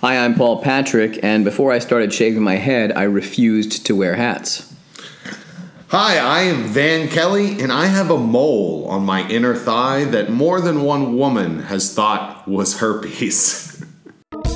Hi, I'm Paul Patrick, and before I started shaving my head, I refused to wear hats. Hi, I am Van Kelly, and I have a mole on my inner thigh that more than one woman has thought was herpes.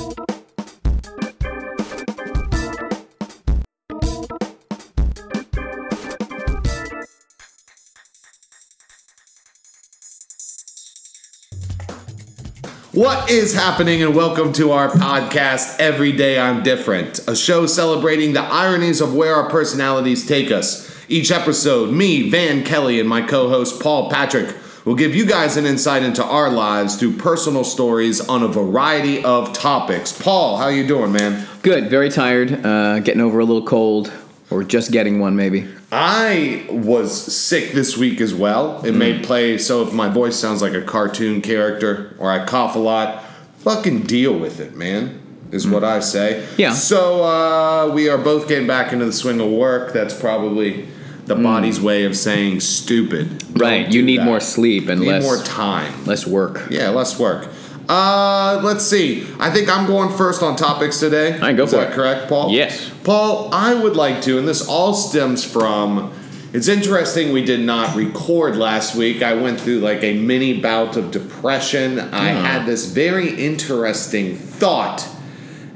What is happening, and welcome to our podcast, Every Day I'm Different, a show celebrating the ironies of where our personalities take us. Each episode, me, Van Kelly, and my co host, Paul Patrick, will give you guys an insight into our lives through personal stories on a variety of topics. Paul, how you doing, man? Good, very tired, uh, getting over a little cold, or just getting one maybe. I was sick this week as well. Mm-hmm. It may play so if my voice sounds like a cartoon character or I cough a lot, fucking deal with it, man. Is what I say. Mm. Yeah. So uh, we are both getting back into the swing of work. That's probably the body's way of saying stupid. Don't Mm. Right, do you need that. more sleep and Need less more time. less work. Yeah, less work. Uh, let's see. I think I'm going first on topics today. right, go Is for that it. correct, Paul? Yes. Paul, I would like to, and this all stems from. It's interesting we did not record last week. I went through like a mini bout of depression. I had this very interesting thought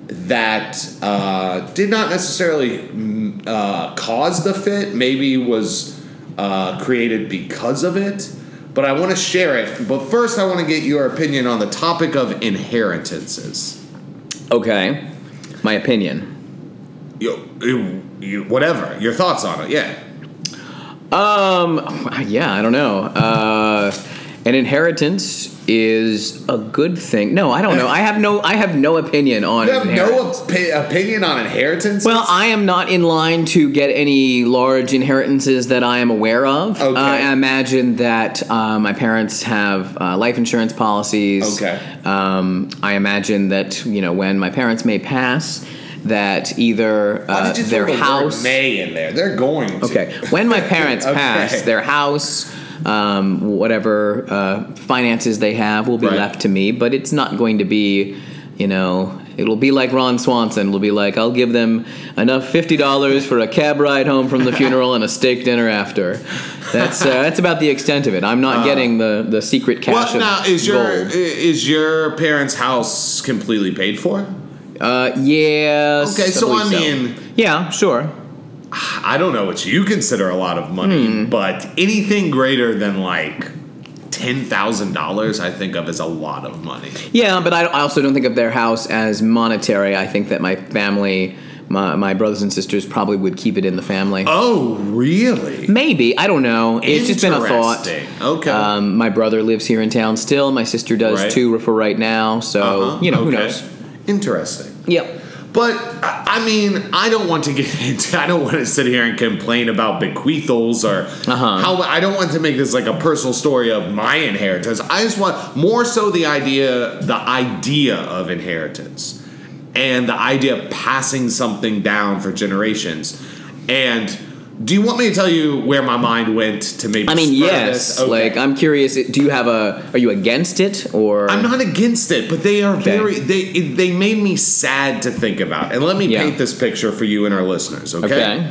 that uh, did not necessarily mm, uh, cause the fit, maybe was uh, created because of it. But I want to share it. But first, I want to get your opinion on the topic of inheritances. Okay, my opinion. You, you, you, whatever your thoughts on it, yeah. Um, yeah, I don't know. Uh, an inheritance is a good thing. No, I don't know. I have no. I have no opinion on. You have inheritance. no opi- opinion on inheritance. Well, I am not in line to get any large inheritances that I am aware of. Okay. Uh, I imagine that uh, my parents have uh, life insurance policies. Okay. Um, I imagine that you know when my parents may pass, that either Why uh, did you throw their the word house. May in there? They're going. To. Okay. When my parents Okay. pass, their house, um, whatever uh, finances they have, will be Right. left to me. But it's not going to be, you know, it'll be like Ron Swanson. It'll be like I'll give them enough fifty dollars for a cab ride home from the funeral and a steak dinner after. That's uh, that's about the extent of it. I'm not getting the the secret cash Uh. Well, now of is your i- gold. is your parents' house completely paid for? Uh, yes. Okay, so believe I mean- yeah, sure. I don't know what you consider a lot of money, Hmm. but anything greater than like ten thousand dollars, I think of as a lot of money. Yeah, but I, I also don't think of their house as monetary. I think that my family, my, my brothers and sisters, probably would keep it in the family. Oh, really? Maybe I don't know. It's just been a thought. Interesting. Okay. Um, my brother lives here in town still. My sister does Right. too for right now. So Uh-huh. you know who Okay. knows. Interesting. Yep. But I I mean, I don't want to get into. I don't want to sit here and complain about bequeathals or Uh-huh. how. I don't want to make this like a personal story of my inheritance. I just want more so the idea, the idea of inheritance, and the idea of passing something down for generations. And do you want me to tell you where my mind went to maybe? I mean, spur yes. this? Okay. Like I'm curious. Do you have a? Are you against it or? I'm not against it, but they are Okay. very they it- they made me sad to think about. And let me Yeah. paint this picture for you and our listeners, okay? okay.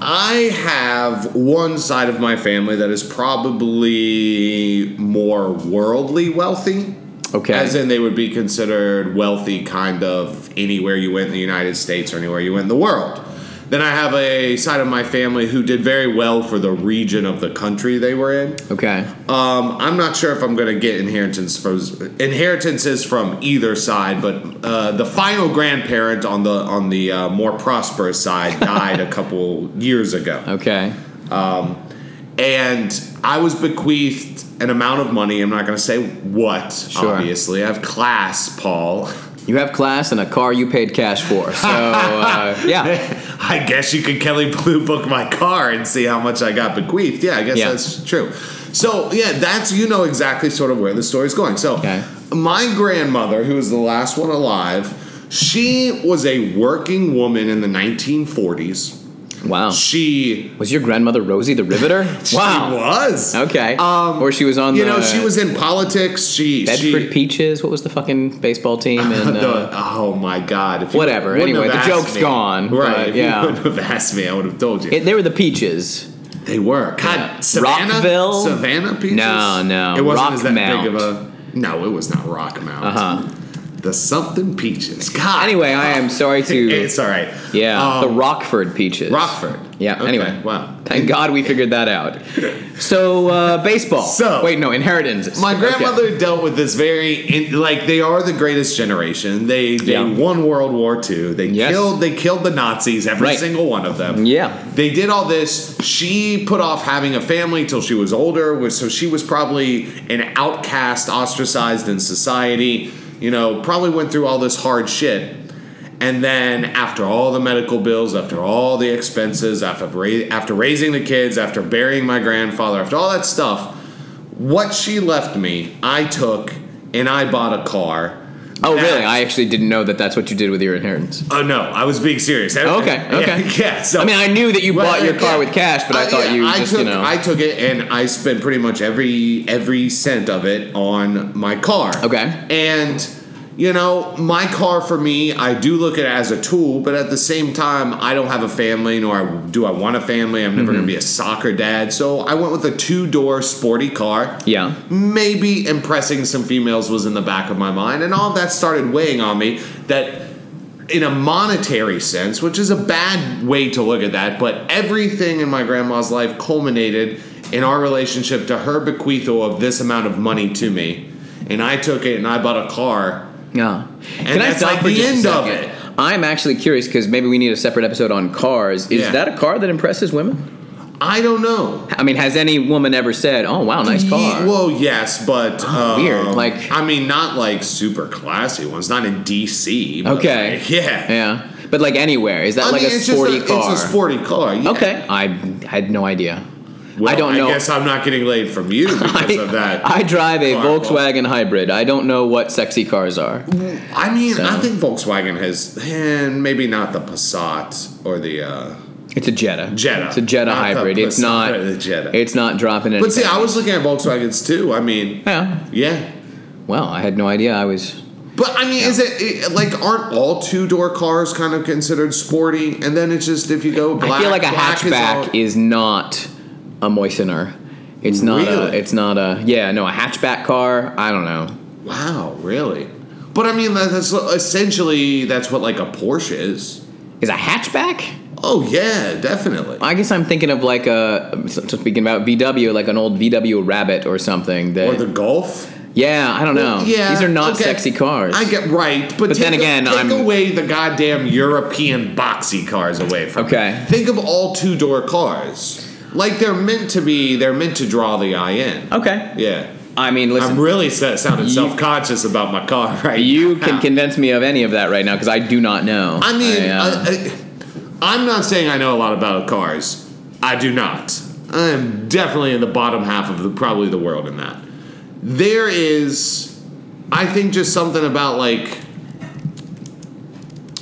I have one side of my family that is probably more worldly wealthy. Okay. As in they would be considered wealthy kind of anywhere you went in the United States or anywhere you went in the world. Then I have a side of my family who did very well for the region of the country they were in. Okay. Um, I'm not sure if I'm going to get inheritance from inheritances from either side, but uh, the final grandparent on the on the uh, more prosperous side died a couple years ago, Okay. and I was bequeathed an amount of money. I'm not going to say what, Sure. obviously. I have class, Paul. You have class and a car you paid cash for. So uh, yeah. I guess you could Kelly Blue Book my car and see how much I got bequeathed. Yeah, I guess Yeah. that's true. So, yeah, that's, you know, exactly sort of where the story's going. So, Okay. my grandmother, who was the last one alive, she was a working woman in the 1940s. Wow. She Was your grandmother Rosie the Riveter? She wow. was. Okay. Um, or she was on You the know, she was in politics. She Bedford she, Peaches. What was the fucking baseball team? And the- uh, oh my god! If you whatever. wouldn't Anyway, have the asked joke's me- gone, but Right? If yeah. you wouldn't have asked me, I would have told you. it, they were the Peaches. they were. God, Yeah. Savannah, Rockville? Savannah peaches. No, no. It wasn't as that Rockmount. big of a. No, it was not Rock Mount. Uh huh. The something peaches. God. Anyway, I am sorry to- it's all right. Yeah, Um, the Rockford Peaches. Rockford. Yeah. Okay, Anyway, Wow. Thank God we figured that out. So uh, baseball. So- wait, no inheritances. My Okay. grandmother dealt with this very in, like they are the greatest generation. They they Yeah. won World War II. They Yes. killed they killed the Nazis, every Right. single one of them. Yeah. They did all this. She put off having a family till she was older, was so she was probably an outcast, ostracized in society, you know, probably went through all this hard shit. And then after all the medical bills, after all the expenses, after ra- after raising the kids, after burying my grandfather, after all that stuff, what she left me, I took and I bought a car. Oh that- really? I actually didn't know that that's what you did with your inheritance. Oh no, I was being serious. Okay, okay. Yeah, yeah, so I mean, I knew that you Well, bought your car yeah. with cash, but I Uh, thought yeah, you I just took, you know. I took it and I spent pretty much every every cent of it on my car. Okay. And you know, my car for me, I do look at it as a tool, but at the same time, I don't have a family, nor do I want a family. I'm Mm-hmm. never going to be a soccer dad, so I went with a two door sporty car. yeah. Maybe impressing some females was in the back of my mind, and all that started weighing on me. That in a monetary sense, which is a bad way to look at that, but everything in my grandma's life culminated in our relationship to her bequeathal of this amount of money to me. And I took it and I bought a car. Yeah. Can I that's stop like for the just end a of second? it. I'm actually curious because maybe we need a separate episode on cars. Is Yeah. that a car that impresses women? I don't know. I mean, has any woman ever said, "Oh wow, nice car"? Ye- well, yes, but um, weird, like- I mean, not like super classy ones. Not in DC. but, okay. like, yeah. Yeah. But like anywhere, is that I like mean, a it's just sporty car? It's a sporty car. yeah. Okay. I had no idea. Well, I don't know. I guess I'm not getting laid from you because of that. I drive a car. Volkswagen hybrid. I don't know what sexy cars are. I mean, So- I think Volkswagen has, and maybe not the Passat or the uh, It's a Jetta. Jetta. It's a Jetta Not the hybrid. it's Passat not. or the Jetta. It's not dropping it. but see, I was looking at Volkswagens too. I mean, Yeah. yeah. Well, I had no idea. I was. But I mean, is it- it like aren't all two door cars kind of considered sporty? And then it's just if you go I black, feel like a black is all- hatchback is, not a moistener. It's not a. Really? It's not a. Yeah, no, a hatchback car. I don't know. wow, really? But I mean, that- that's essentially that's what like a Porsche is. Is a hatchback? Oh yeah, definitely. I guess I'm thinking of like a speaking about VW, like an old VW Rabbit or something. That or the Golf. yeah, I don't know. Yeah, these are not okay. sexy cars. I get right, But but, take then again, take I'm- away the goddamn European boxy cars away from. me. Okay. think of all two door cars. Like they're meant to be. They're meant to draw the eye in. okay. Yeah, I mean, listen, I'm really sa- sounding You- self conscious about my car right you now. can convince me of any of that right now because I do not know. I mean, uh, I, I, I'm not saying I know a lot about cars. I do not. I am definitely in the bottom half of the probably the world in that. There is, I think, just something about like,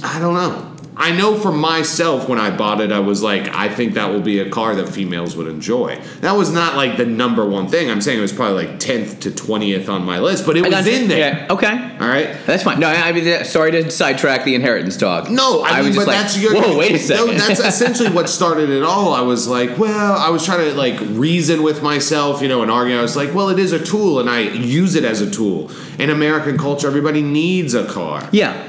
I don't know. I know for myself when I bought it, I was like, I think that will be a car that females would enjoy. That was not like the number one thing. I'm saying it was probably like 10th to 20th on my list, but it I was got you. in there. Yeah, okay. All right. That's fine. No, I I mean, uh, sorry to sidetrack the inheritance talk. No, I, mean, was just but like, that's your. whoa, wait a second. No, that's essentially what started it all. I was like, well, I was trying to like reason with myself, you know, and argue. I was like, well, it is a tool, and I use it as a tool. In American culture, everybody needs a car, yeah.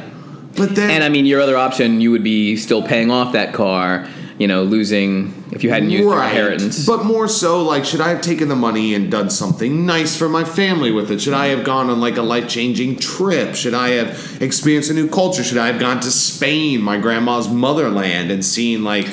but then And I mean, your other option, you would be still paying off that car, you know, losing if you hadn't used your inheritance. But more so, like, should I have taken the money and done something nice for my family with it? Should I have gone on like a life changing trip? Should I have experienced a new culture? Should I have gone to Spain, my grandma's motherland, and seen like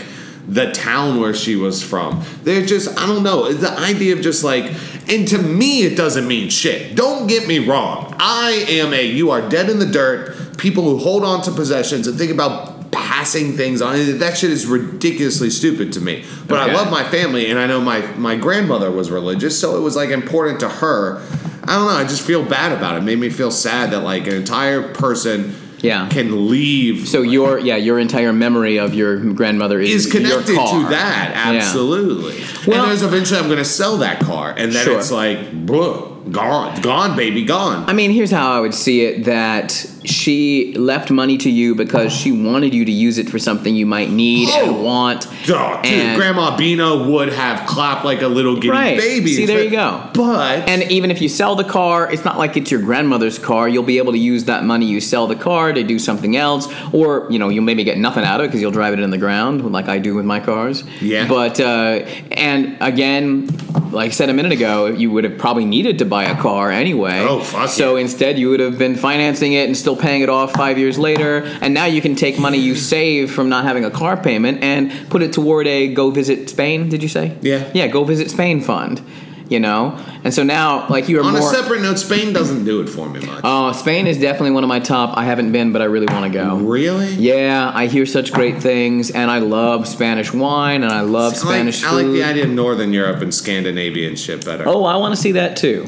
the town where she was from? They're just, I don't know. The idea of just like, and to me, it doesn't mean shit. Don't get me wrong. I am a you are dead in the dirt. People who hold on to possessions and think about passing things on. That shit is ridiculously stupid to me. But Okay. I love my family, and I know my my grandmother was religious, so it was like important to her. I don't know. I just feel bad about it. it made me feel sad that like an entire person Yeah. can leave So your yeah your entire memory of your grandmother is, is connected your car. to that absolutely. Well- and there's eventually I'm going to sell that car, and then Sure. it's like, bro, gone, gone, baby, gone. I mean, here's how I would see it: that she left money to you because she wanted you to use it for something you might need Oh. and want. Oh, dude, and- Grandma Bina would have clapped like a little giddy Right. baby. See, there you go. But And even if you sell the car, it's not like it's your grandmother's car. You'll be able to use that money you sell the car to do something else, or you know you'll maybe get nothing out of it because you'll drive it in the ground, like I do with my cars. Yeah. But uh, and again, like I said a minute ago, you would have probably needed to buy a car anyway. Oh, fuck So instead, you would have been financing it and still paying it off five years later, and now you can take money you save from not having a car payment and put it toward a go visit Spain. Did you say? Yeah. Yeah, go visit Spain fund. You know, and so now like you are on a more. separate note, Spain doesn't do it for me much. oh, Spain is definitely one of my top. I haven't been, but I really want to go. really? Yeah, I hear such great things, and I love Spanish wine, and I love I like- Spanish I like, food. the idea of Northern Europe and Scandinavian shit better. oh, I want to see that too,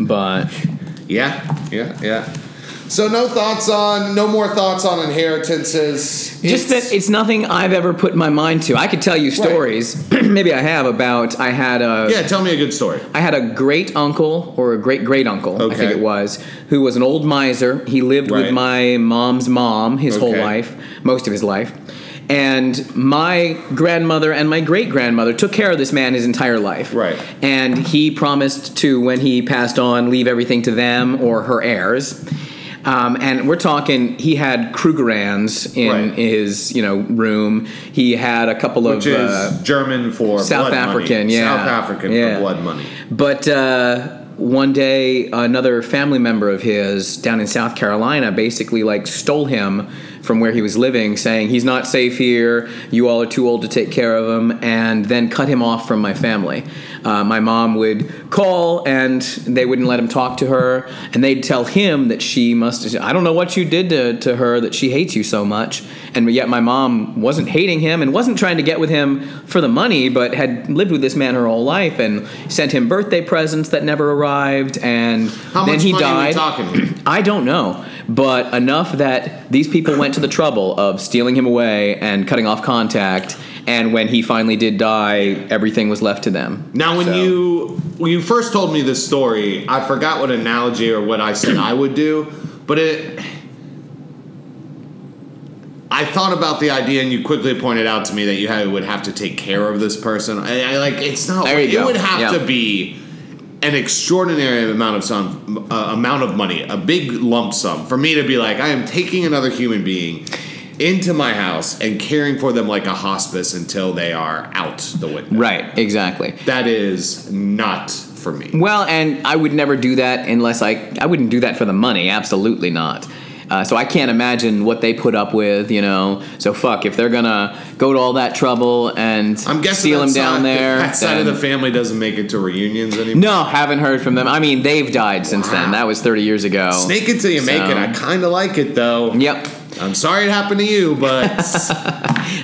but Yeah, yeah, yeah. So no thoughts on, no more thoughts on inheritances. just It's- that it's nothing I've ever put my mind to. I could tell you stories, maybe I have about I had a Yeah, tell me a good story. I had a great uncle or a great great uncle, I Okay. think it was, who was an old miser. He lived Right. with my mom's mom his whole Okay. life, most of his life. And my grandmother and my great grandmother took care of this man his entire life. Right. And he promised to, when he passed on, leave everything to them or her heirs. Um, and we're talking, he had Krugerrands in Right. his, you know, room. He had a couple Which of is uh, German for South blood African, money. yeah. South African Yeah. for blood money. But uh, one day, another family member of his down in South Carolina basically like stole him from where he was living, saying he's not safe here. You all are too old to take care of him, and then cut him off from my family. Uh, my mom would call, and they wouldn't let him talk to her, and they'd tell him that she must. I don't know what you did to, to her that she hates you so much, and yet my mom wasn't hating him and wasn't trying to get with him for the money, but had lived with this man her whole life and sent him birthday presents that never arrived, and How then much he money are we died. talking here? I don't know, but enough that these people went to the trouble of stealing him away and cutting off contact. And when he finally did die, everything was left to them. Now, when So- you when you first told me this story, I forgot what analogy or what I said I would do, but it. I thought about the idea, and you quickly pointed out to me that you had, would have to take care of this person. I, I like it's not. There you it go. would have Yeah. to be an extraordinary amount of sum, uh, amount of money, a big lump sum, for me to be like, I am taking another human being into my house and caring for them like a hospice until they are out the window. Right, exactly. That is not for me. Well, and I would never do that unless I I wouldn't do that for the money. Absolutely not. Uh, so I can't imagine what they put up with, you know. So fuck if they're gonna go to all that trouble and I'm guessing steal that him down side, there. That side of then- the family doesn't make it to reunions anymore. no, haven't heard from them. I mean, they've died since then. Wow. That was 30 years ago. Snake it till you make So- it. I kind of like it though. Yep. I'm sorry it happened to you, but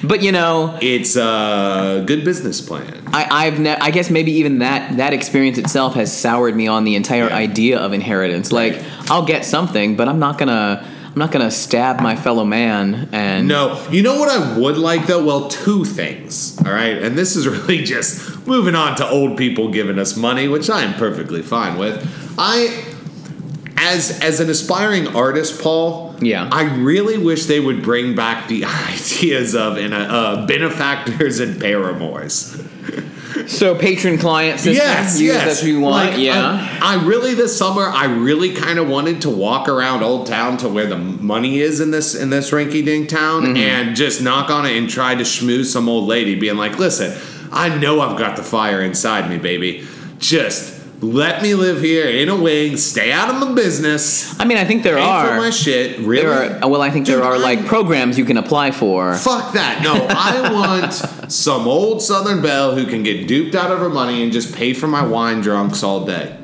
But you know, it's a good business plan. I, I've ne- I guess maybe even that that experience itself has soured me on the entire Yeah. idea of inheritance. Like I'll get something, but I'm not gonna I'm not gonna stab my fellow man and No, you know what I would like though? Well, two things. All right. And this is really just moving on to old people giving us money, which I am perfectly fine with. I as as an aspiring artist, Paul. Yeah. I really wish they would bring back the ideas of in a, uh, benefactors and paramours. So patron client system. use as you want. Like, um, yeah. I, I really this summer I really kind of wanted to walk around Old Town to where the money is in this in this rinky dink town Mm-hmm. and just knock on it and try to schmooze some old lady, being like, "Listen, I know I've got the fire inside me, baby. Just." Let me live here in a wing, stay out of my business, I, mean, I think there pay for my are. shit. Really? There are. uh, Well, I think Dude, there are like I'm- programs you can apply for. Fuck that. No, I want some old Southern belle who can get duped out of her money and just pay for my wine drunks all day.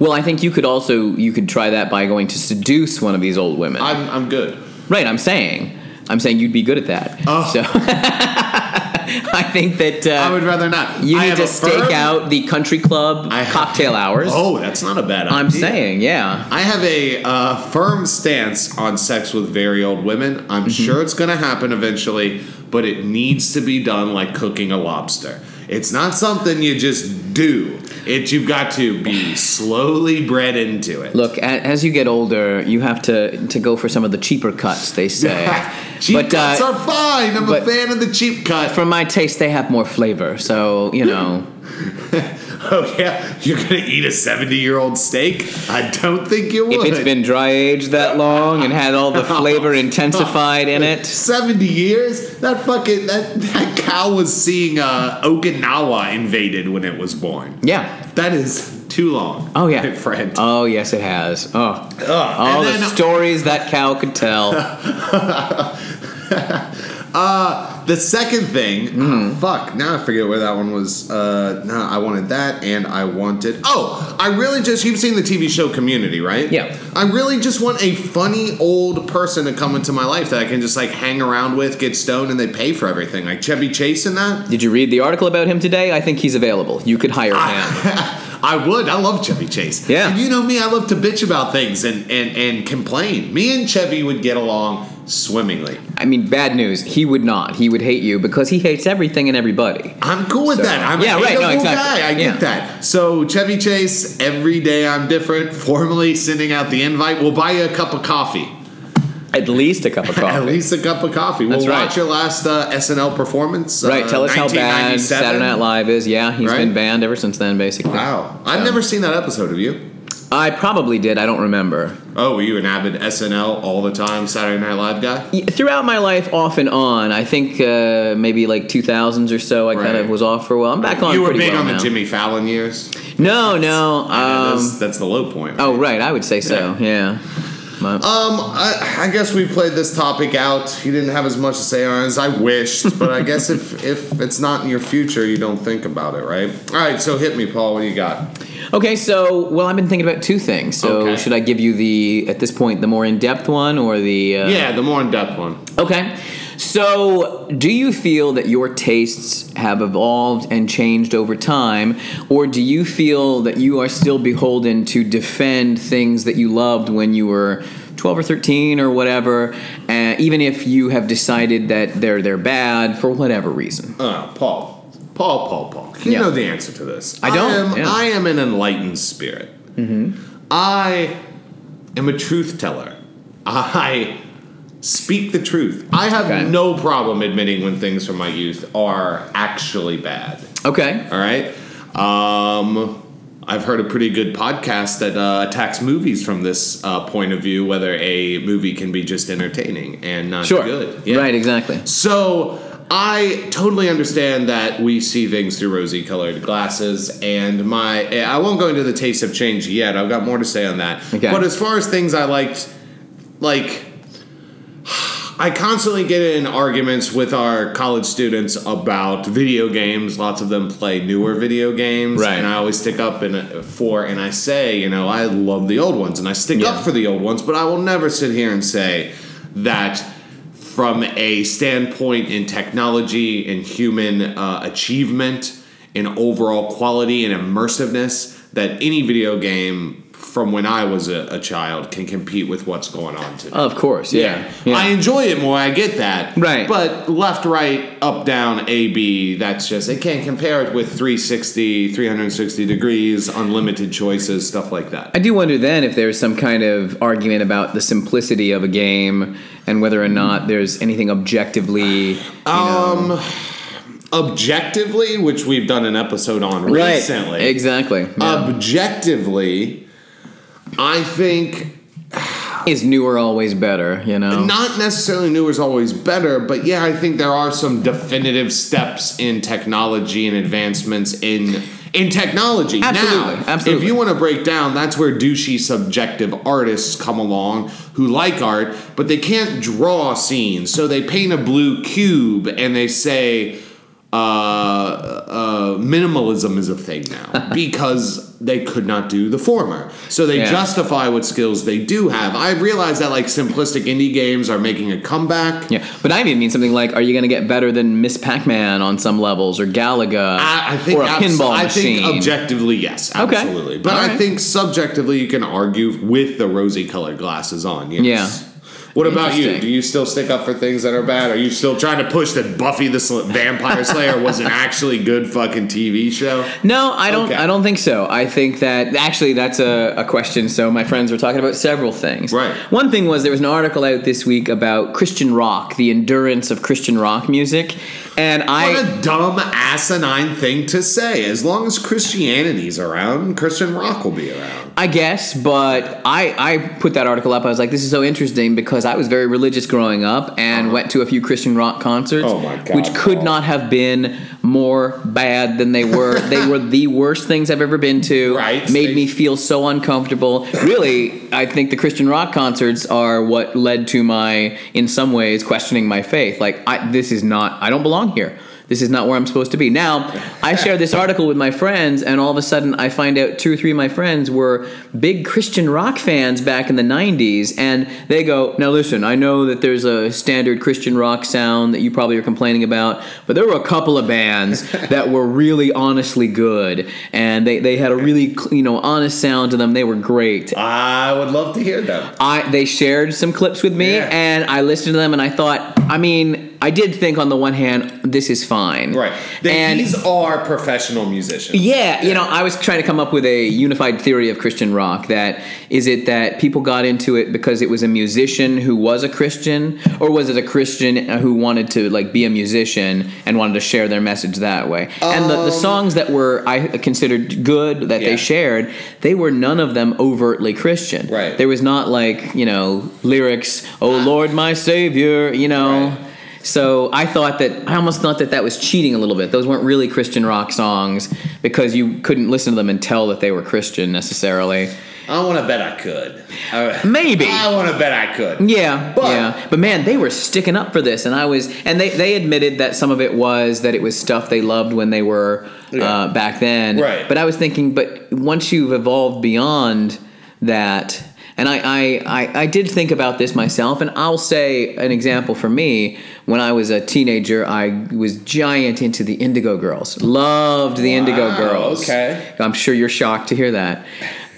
Well, I think you could also you could try that by going to seduce one of these old women. I'm, I'm good. right. I'm saying. I'm saying you'd be good at that. Oh. So I think that uh, I would rather not. you I need have to a stake firm- out the country club I have- cocktail hours. Oh, that's not a bad idea. I'm saying, yeah. I have a uh, firm stance on sex with very old women. I'm Mm-hmm. sure it's going to happen eventually, but it needs to be done like cooking a lobster. It's not something you just do. It you've got to be slowly bred into it. Look, a- as you get older, you have to to go for some of the cheaper cuts. They say, cheap but cuts uh, are fine. I'm a but- fan of the cheap cut. for my taste, they have more flavor. So you know, oh yeah, you're gonna eat a 70 year old steak? I don't think you if would. it's been dry aged that long and had all the flavor intensified in it, 70 years? That fucking that that cow was seeing uh, Okinawa invaded when it was born. yeah. That is too long. Oh yeah, my friend. Oh yes, it has. Oh, all and the then- stories that cow could tell. Uh, the second thing, Mm-hmm. ah, fuck. Now I forget where that one was. Uh, no, I wanted that, and I wanted. Oh, I really just you've seen the TV show Community, right? Yeah. I really just want a funny old person to come into my life that I can just like hang around with, get stoned, and they pay for everything, like Chevy Chase and that. Did you read the article about him today? I think he's available. You could hire Ah. him. I would. I love Chevy Chase. Yeah. And you know me, I love to bitch about things and, and, and complain. Me and Chevy would get along swimmingly. I mean, bad news. He would not. He would hate you because he hates everything and everybody. I'm cool with So- that. I'm Yeah, a right. No, hateable exactly. guy. I Yeah. get that. So Chevy Chase, every day I'm different, formally sending out the invite. We'll buy you a cup of coffee. At least a cup of At coffee. least a cup of coffee. That's we'll right. watch your last uh, SNL performance. right. uh, Tell us how bad 1997. Saturday Night Live is. Yeah, he's been Right. banned ever since then, basically. Wow. I've So- never seen that episode. Have you? I probably did. I don't remember. Oh, were you an avid SNL all the time Saturday Night Live guy? Y- Throughout my life, off and on. I think uh, maybe like 2000s or so. I kind Right. of was off for a while. I'm back on. you were pretty big well on the now. Jimmy Fallon years. No, no. Um, that's, that's the low point. right? Oh, right. I would say so. Yeah. My- Um, I, I guess we played this topic out. He didn't have as much to say on it as I wished, but I guess if if it's not in your future, you don't think about it, right? All right, so hit me, Paul. What do you got? Okay, so well, I've been thinking about two things. So Okay. should I give you the at this point the more in depth one or the uh, yeah, the more in depth one. Okay. So, do you feel that your tastes have evolved and changed over time, or do you feel that you are still beholden to defend things that you loved when you were 12 or 13 or whatever, uh, even if you have decided that they're they're bad for whatever reason? Uh, Paul, Paul, Paul, Paul. You Yeah. know the answer to this. I don't, I am, yeah. Mm-hmm. I am an enlightened spirit. I am a truth teller. I speak the truth. I have Okay. no problem admitting when things from my youth are actually bad. Okay. All right. Um, I've heard a pretty good podcast that uh, attacks movies from this uh, point of view, whether a movie can be just entertaining and not Sure. good. Yeah. Right. Exactly. So I totally understand that we see things through rosy-colored glasses, and my I won't go into the taste of change yet. I've got more to say on that. Okay. But as far as things I liked, like. I constantly get in arguments with our college students about video games. Lots of them play newer video games, Right. and I always stick up in for and I say, you know, I love the old ones, and I stick Yeah. up for the old ones. But I will never sit here and say that from a standpoint in technology and human uh, achievement and overall quality and immersiveness that any video game from when I was a, a child can compete with what's going on today. Of course. Yeah. Yeah. I enjoy it more. I get that. Right. But left, right, up, down, A, B, that's just, I can't compare it with 360, 360 degrees, unlimited choices, stuff like that. I do wonder then if there's some kind of argument about the simplicity of a game and whether or not there's anything objectively. you know- Um, objectively, which we've done an episode on right. recently. Uh, Exactly. Yeah. Objectively, I think Is newer always better, you know? not necessarily new is always better, but yeah, I think there are some definitive steps in technology and advancements in in technology. Absolutely, now, absolutely. If you want to break down, that's where douchey subjective artists come along who like art, but they can't draw scenes, so they paint a blue cube and they say. Uh, uh, uh, minimalism is a thing now because they could not do the former. So they Yeah. justify what skills they do have. I realize that like simplistic indie games are making a comeback. Yeah, but I even mean something like, are you going to get better than Miss Pac-Man on some levels, or Galaga, I, I think or a abs- pinball I machine? think objectively, yes, Okay. absolutely. But I Alright. think subjectively, you can argue with the rosy colored glasses on. Yes. Yeah. What about you? Interesting. Do you still stick up for things that are bad? Are you still trying to push that Buffy the Sl- Vampire Slayer was an actually good fucking TV show? No, I don't. Okay. I don't think so. I think that actually that's a, a question. So my friends were talking about several things. Right. One thing was there was an article out this week about Christian rock, the endurance of Christian rock music, and I. What a dumb, asinine thing to say. As long as Christianity's around, Christian rock will be around. I guess, but I, I put that article up. I was like, this is so interesting because I was very religious growing up and went to a few Christian rock concerts, Uh-huh. Oh my God, which could Paul. not have been more bad than they were. they were the worst things I've ever been to. Right. Made They- me feel so uncomfortable. really, I think the Christian rock concerts are what led to my, in some ways, questioning my faith. Like, I, this is not, I don't belong here. This is not where I'm supposed to be. Now, I share this article with my friends, and all of a sudden, I find out two or three of my friends were big Christian rock fans back in the 90s, and they go, Now, listen, I know that there's a standard Christian rock sound that you probably are complaining about, but there were a couple of bands that were really honestly good, and they, they had a really, cl- you know, honest sound to them. They were great. I would love to hear them. I they shared some clips with me Yeah. and I listened to them and I thought, I mean, I did think on the one hand, this is fine. Right. They- and these are professional musicians. yeah, you know, I was trying to come up with a unified theory of Christian rock. That is it that people got into it because it was a musician who was a Christian, or was it a Christian uh, who wanted to like be a musician and wanted to share their message that way? and the, the songs that were I considered good that Um, Yeah. they shared, they were none of them overtly Christian. Right. There was not like you know lyrics, "Oh Lord, my Savior," you know. Right. So I thought that I almost thought that that was cheating a little bit. Those weren't really Christian rock songs because you couldn't listen to them and tell that they were Christian necessarily. I want to bet I could. I- Maybe. I want to bet I could. Yeah, But- yeah. But man, they were sticking up for this, and I was, and they they admitted that some of it was that it was stuff they loved when they were Yeah. uh, back then. Right. But I was thinking, but once you've evolved beyond that, and I I I, I did think about this myself, and I'll say an example for me. When I was a teenager, I was giant into the Indigo Girls. Loved the Indigo Wow, Girls. okay. I'm sure you're shocked to hear that.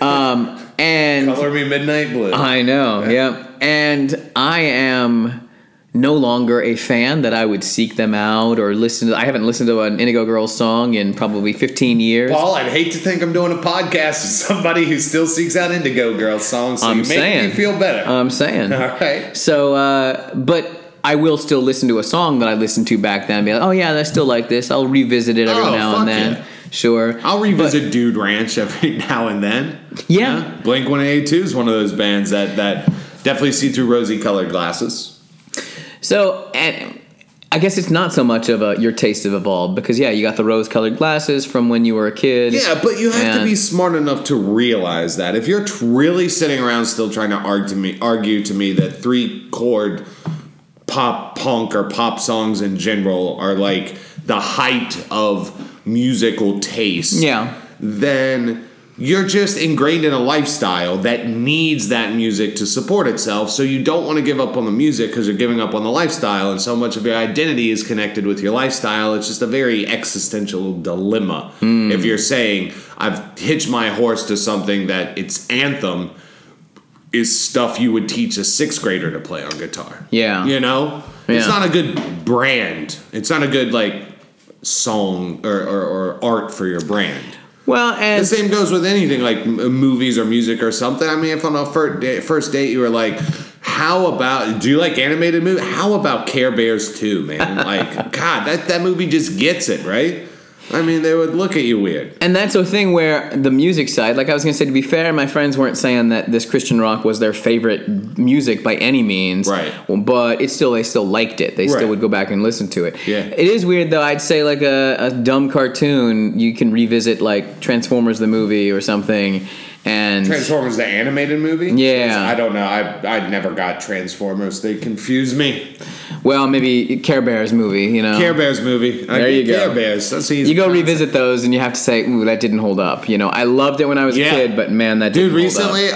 Um, and Color me midnight blue. I know. Yeah. And I am no longer a fan that I would seek them out or listen to. I haven't listened to an Indigo Girls song in probably 15 years. Paul, I'd hate to think I'm doing a podcast with somebody who still seeks out Indigo Girls songs. So I'm you make saying. Uh, me feel better. I'm saying. All right. So, uh, but I will still listen to a song that I listened to back then and be like, oh, yeah, I still like this. I'll revisit it every Oh, now and fuck then. yeah. Sure. I'll revisit Dude Ranch every now and then. yeah. Blink 182 is one of those bands that that definitely see through rosy colored glasses. So, and I guess it's not so much of a your taste have evolved because, yeah, you got the rose colored glasses from when you were a kid. Yeah, but you have to And- be smart enough to realize that. If you're tr- really sitting around still trying to argue to me, argue to me that three chord pop punk or pop songs in general are like the height of musical taste. Yeah. then you're just ingrained in a lifestyle that needs that music to support itself. So you don't want to give up on the music because you're giving up on the lifestyle. And so much of your identity is connected with your lifestyle. It's just a very existential dilemma. Hmm. If you're saying, I've hitched my horse to something that its anthem is stuff you would teach a sixth grader to play on guitar. Yeah. You know? It's Yeah. not a good brand. It's not a good, like, song or, or, or art for your brand. Well, and The same goes with anything like m- uh, movies or music or something. I mean, if on a first date, first date you were like, "How about? Do you like animated movie? How about Care Bears 2, man? Like, God, that that movie just gets it right. I mean, they would look at you weird. And that's a thing where the music side, like I was gonna say, to be fair, my friends weren't saying that this Christian rock was their favorite music by any means. Right. But it's still they still liked it. They Right. still would go back and listen to it. Yeah. It is weird though. I'd say like a, a dumb cartoon, you can revisit like Transformers the movie or something, and Transformers the animated movie? Yeah. I don't know. I I never got Transformers. They confuse me. well, maybe Care Bears movie. You know, Care Bears movie. I Oh. There get you go. Care Bears. That's easy. you go revisit those, and you have to say, "Ooh, that didn't hold up." You know, I loved it when I was Yeah. a kid, but man, that Dude, didn't hold up. recently,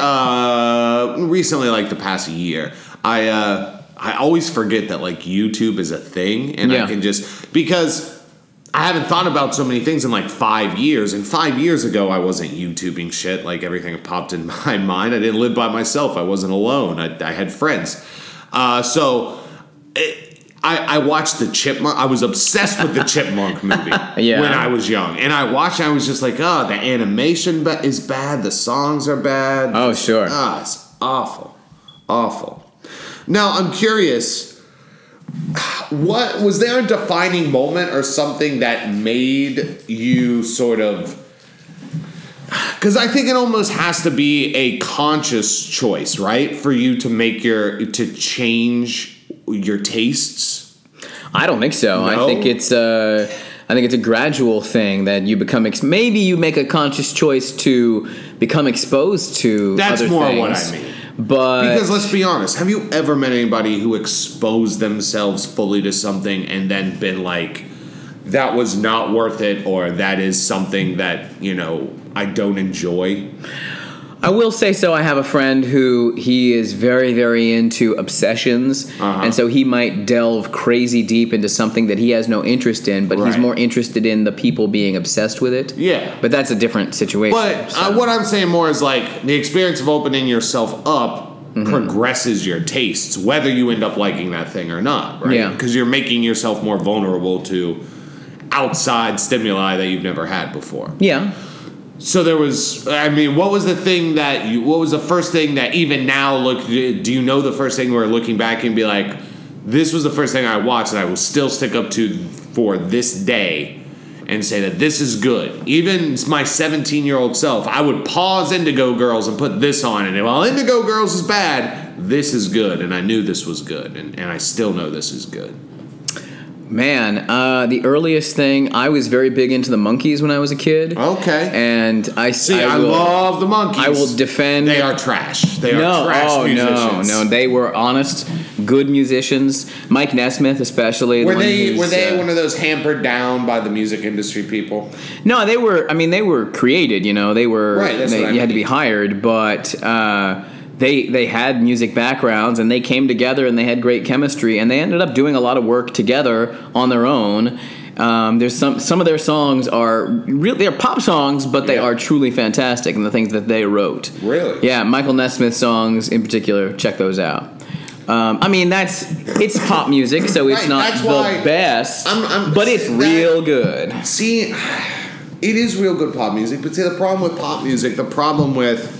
uh, recently, like the past year, I uh, I always forget that like YouTube is a thing, and I Yeah. can just because I haven't thought about so many things in like five years. And five years ago, I wasn't YouTubing shit. Like everything that popped in my mind. I didn't live by myself. I wasn't alone. I, I had friends. Uh, so. It, I, I watched the Chipmunk. I was obsessed with the Chipmunk movie Yeah. when I was young, and I watched. I was just like, oh, the animation ba- is bad. The songs are bad. Oh, sure. Ah, it's awful. Awful. Now, I'm curious what was there a defining moment or something that made you sort of because I think it almost has to be a conscious choice, right? For you to make your to change your tastes. I don't think so. No? I think it's uh, I think it's a gradual thing that you become. Ex- maybe you make a conscious choice to become exposed to. That's other more things, what I mean. But Because let's be honest, have you ever met anybody who exposed themselves fully to something and then been like, that was not worth it, or that is something that, you know, I don't enjoy? I will say so. I have a friend who he is very, very into obsessions, Uh-huh. and so he might delve crazy deep into something that he has no interest in, but he's Right. more interested in the people being obsessed with it. Yeah. but that's a different situation. But uh, what I'm saying more is like the experience of opening yourself up Mm-hmm. progresses your tastes, whether you end up liking that thing or not, right? Yeah. Because you're making yourself more vulnerable to outside stimuli that you've never had before. yeah, So there was, I mean, what was the thing that you, what was the first thing that even now, look, do you know the first thing we're looking back and be like, this was the first thing I watched and I will still stick up to for this day and say that this is good. Even my 17 year old self, I would pause Indigo Girls and put this on and while Indigo Girls is bad, this is good. And I knew this was good and, and I still know this is good. man. Uh, the earliest thing I was very big into the monkeys when I was a kid. Okay. and I See, I, will- love the monkeys. I will defend. They are trash. They no, are trash oh musicians. no, no. They were honest, good musicians. Mike Nesmith, especially. the Were one they who's, were they uh, one of those hampered down by the music industry people? No, they were. I mean, they were created. You know, they were. Right, that's they, what I you had to mean. be hired, but uh, they they had music backgrounds and they came together and they had great chemistry and they ended up doing a lot of work together on their own. Um, there's some some of their songs are real. They're pop songs, but they Yeah. are truly fantastic. And the things that they wrote. Really? Yeah, Michael Nesmith songs in particular. Check those out. Um, I mean, that's it's pop music, so it's Right, not that's the why best, I'm- I'm- but it's that- real good. See, it is real good pop music, but see the problem with pop music, the problem with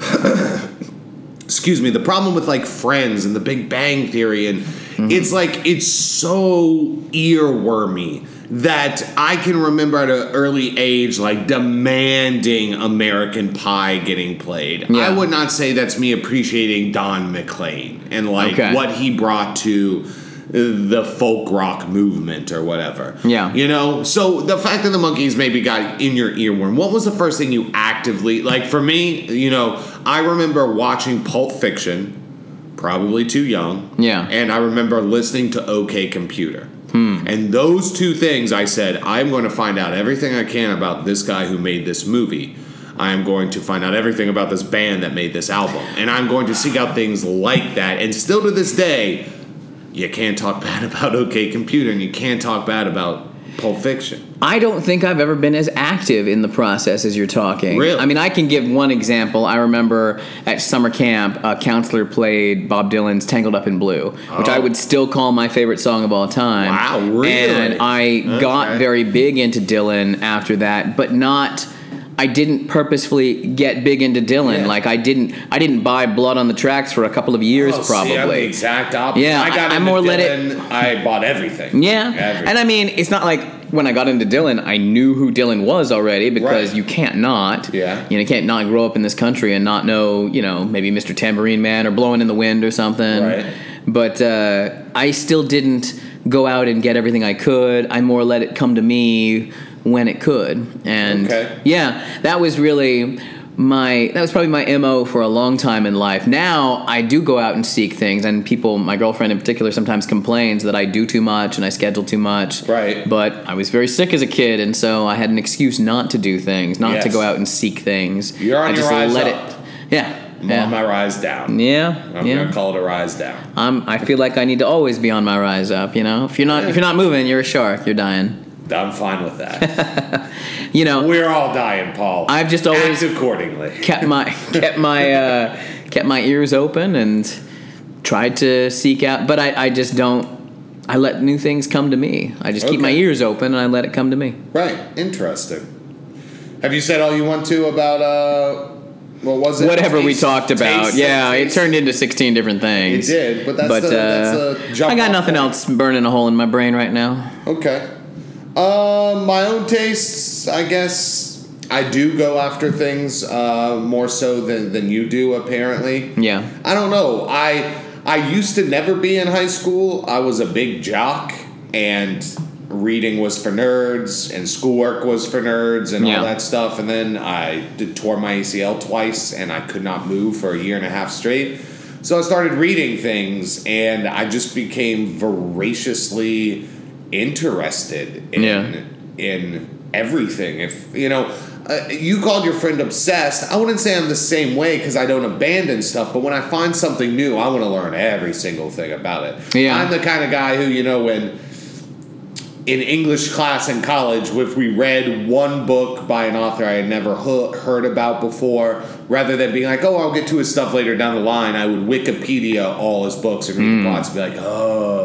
excuse me, the problem with like Friends and The Big Bang Theory, and Mm-hmm. it's like it's so earwormy that I can remember at an early age like demanding American Pie getting played. I Yeah. would not say that's me appreciating Don McLean and like Okay. what he brought to the folk rock movement or whatever. Yeah. You know? So the fact that the monkeys maybe got in your earworm, what was the first thing you actively like for me, you know, I remember watching Pulp Fiction, probably too young. Yeah. Hmm. And I remember listening to OK Computer. And those two things I said, I'm going to find out everything I can about this guy who made this movie. I am going to find out everything about this band that made this album. And I'm going to seek out things like that. And still to this day, you can't talk bad about OK Computer and you can't talk bad about Pulp Fiction. I don't think I've ever been as active in the process as you're talking. Really? I mean, I can give one example. I remember at summer camp, a counselor played Bob Dylan's "Tangled Up in Blue," which Oh. I would still call my favorite song of all time. Wow, really? And I Okay. got very big into Dylan after that, but not. I didn't purposefully get big into Dylan. Yeah. Like I didn't. I didn't buy Blood on the Tracks for a couple of years, Oh, probably. exact opposite. Yeah, I got I- I'm into more let it- I bought everything. Yeah. And I mean, it's not like when I got into Dylan, I knew who Dylan was already because Right. you can't not. Yeah. You know, you can't not grow up in this country and not know, you know, maybe Mr. Tambourine Man or Blowing in the Wind or something. Right. But uh, I still didn't go out and get everything I could. I more let it come to me when it could. And Okay. yeah, that was really my that was probably my mo for a long time in life. Now I do go out and seek things, and people, my girlfriend in particular, sometimes complains that I do too much and I schedule too much. Right. But I was very sick as a kid, and so I had an excuse not to do things, not to Yes. go out and seek things. You're on I your just rise let up. it. Yeah. I'm yeah. on my rise down. yeah. I'm yeah. gonna call it a rise down. I'm, I feel like I need to always be on my rise up. You know, if you're not if you're not moving, you're a shark. You're dying. I'm fine with that. You know, We're all dying, Paul. I've just always Act accordingly. kept my kept my uh, kept my ears open and tried to seek out. But I, I just don't. I let new things come to me. I just keep my Okay. ears open and I let it come to me. Right. Interesting. Have you said all you want to about uh what was it? Whatever we Taste- talked about, taste- yeah, it taste- turned into sixteen different It things. did, but that's but the, uh, that's the jump I got off nothing point. else burning a hole in my brain right now. Okay. Uh, my own tastes, I guess. I do go after things uh, more so than, than you do, apparently. Yeah. I don't know. I I used to never be in high school. I was a big jock, and reading was for nerds, and schoolwork was for nerds, and Yeah. all that stuff. And then I did, tore my ACL twice, and I could not move for a year and a half straight. So I started reading things, and I just became voraciously interested in Yeah. in everything. If you know, uh, you called your friend obsessed. I wouldn't say I'm the same way because I don't abandon stuff. But when I find something new, I want to learn every single thing about it. Yeah. I'm the kind of guy who you know when. In English class in college, if we read one book by an author I had never he- heard about before, rather than being like, "Oh, I'll get to his stuff later down the line," I would Wikipedia all his books and read the plots and be like,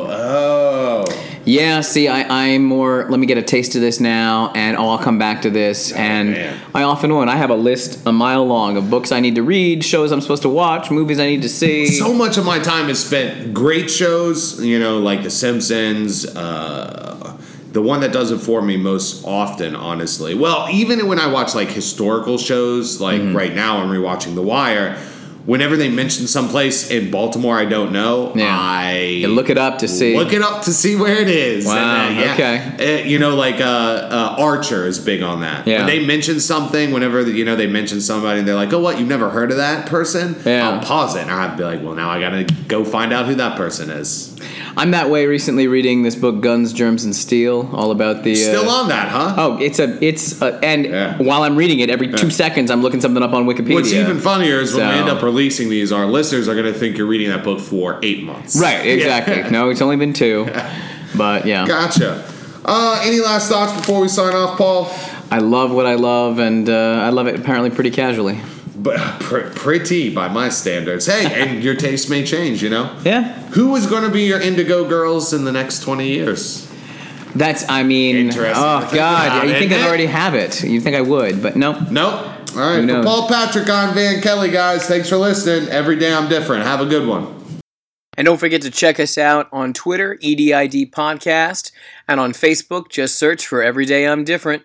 "Oh, oh." Yeah, see, I, I'm more, let me get a taste of this now, and oh, I'll come back to this. and man. I often will, and I have a list a mile long of books I need to read, shows I'm supposed to watch, movies I need to see. so much of my time is spent great shows, you know, like The Simpsons. Uh, the one that does it for me most often, honestly. Well, even when I watch like historical shows, like Mm-hmm. right now I'm rewatching The Wire. Whenever they mention someplace in Baltimore I don't know, Yeah. I You look it up to see. look it up to see where it is. Wow, And, uh, yeah. okay. Uh, you know, like uh, uh, Archer is big on that. Yeah. When they mention something, whenever you know they mention somebody, and they're like, "Oh, what? You've never heard of that person?" Yeah. I'll pause it and I'll be like, "Well, now I gotta go find out who that person is." I'm that way recently reading this book, Guns, Germs, and Steel, all about the. uh, Still on that, huh? Oh, it's a, it's a, and Yeah. while I'm reading it, every two seconds I'm looking something up on Wikipedia. What's even funnier is when we So- end up releasing these, our listeners are gonna think you're reading that book for eight months. Right, Yeah. exactly. No, it's only been two. But yeah. Gotcha. Uh, any last thoughts before we sign off, Paul? I love what I love, and uh, I love it apparently pretty casually. But pr- pretty by my standards. Hey, and your taste may change, you know. Yeah. Who is going to be your Indigo Girls in the next 20 years? That's, I mean, Interesting. oh Think about god, you it. think I already have it? You think I would, but no. Nope. All right. Who For knows? Paul Patrick, I'm Van Kelly, guys. Thanks for listening. Every day I'm different. Have a good one. And don't forget to check us out on Twitter, E EDID Podcast, and on Facebook. Just search for Every Day I'm Different.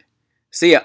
See ya.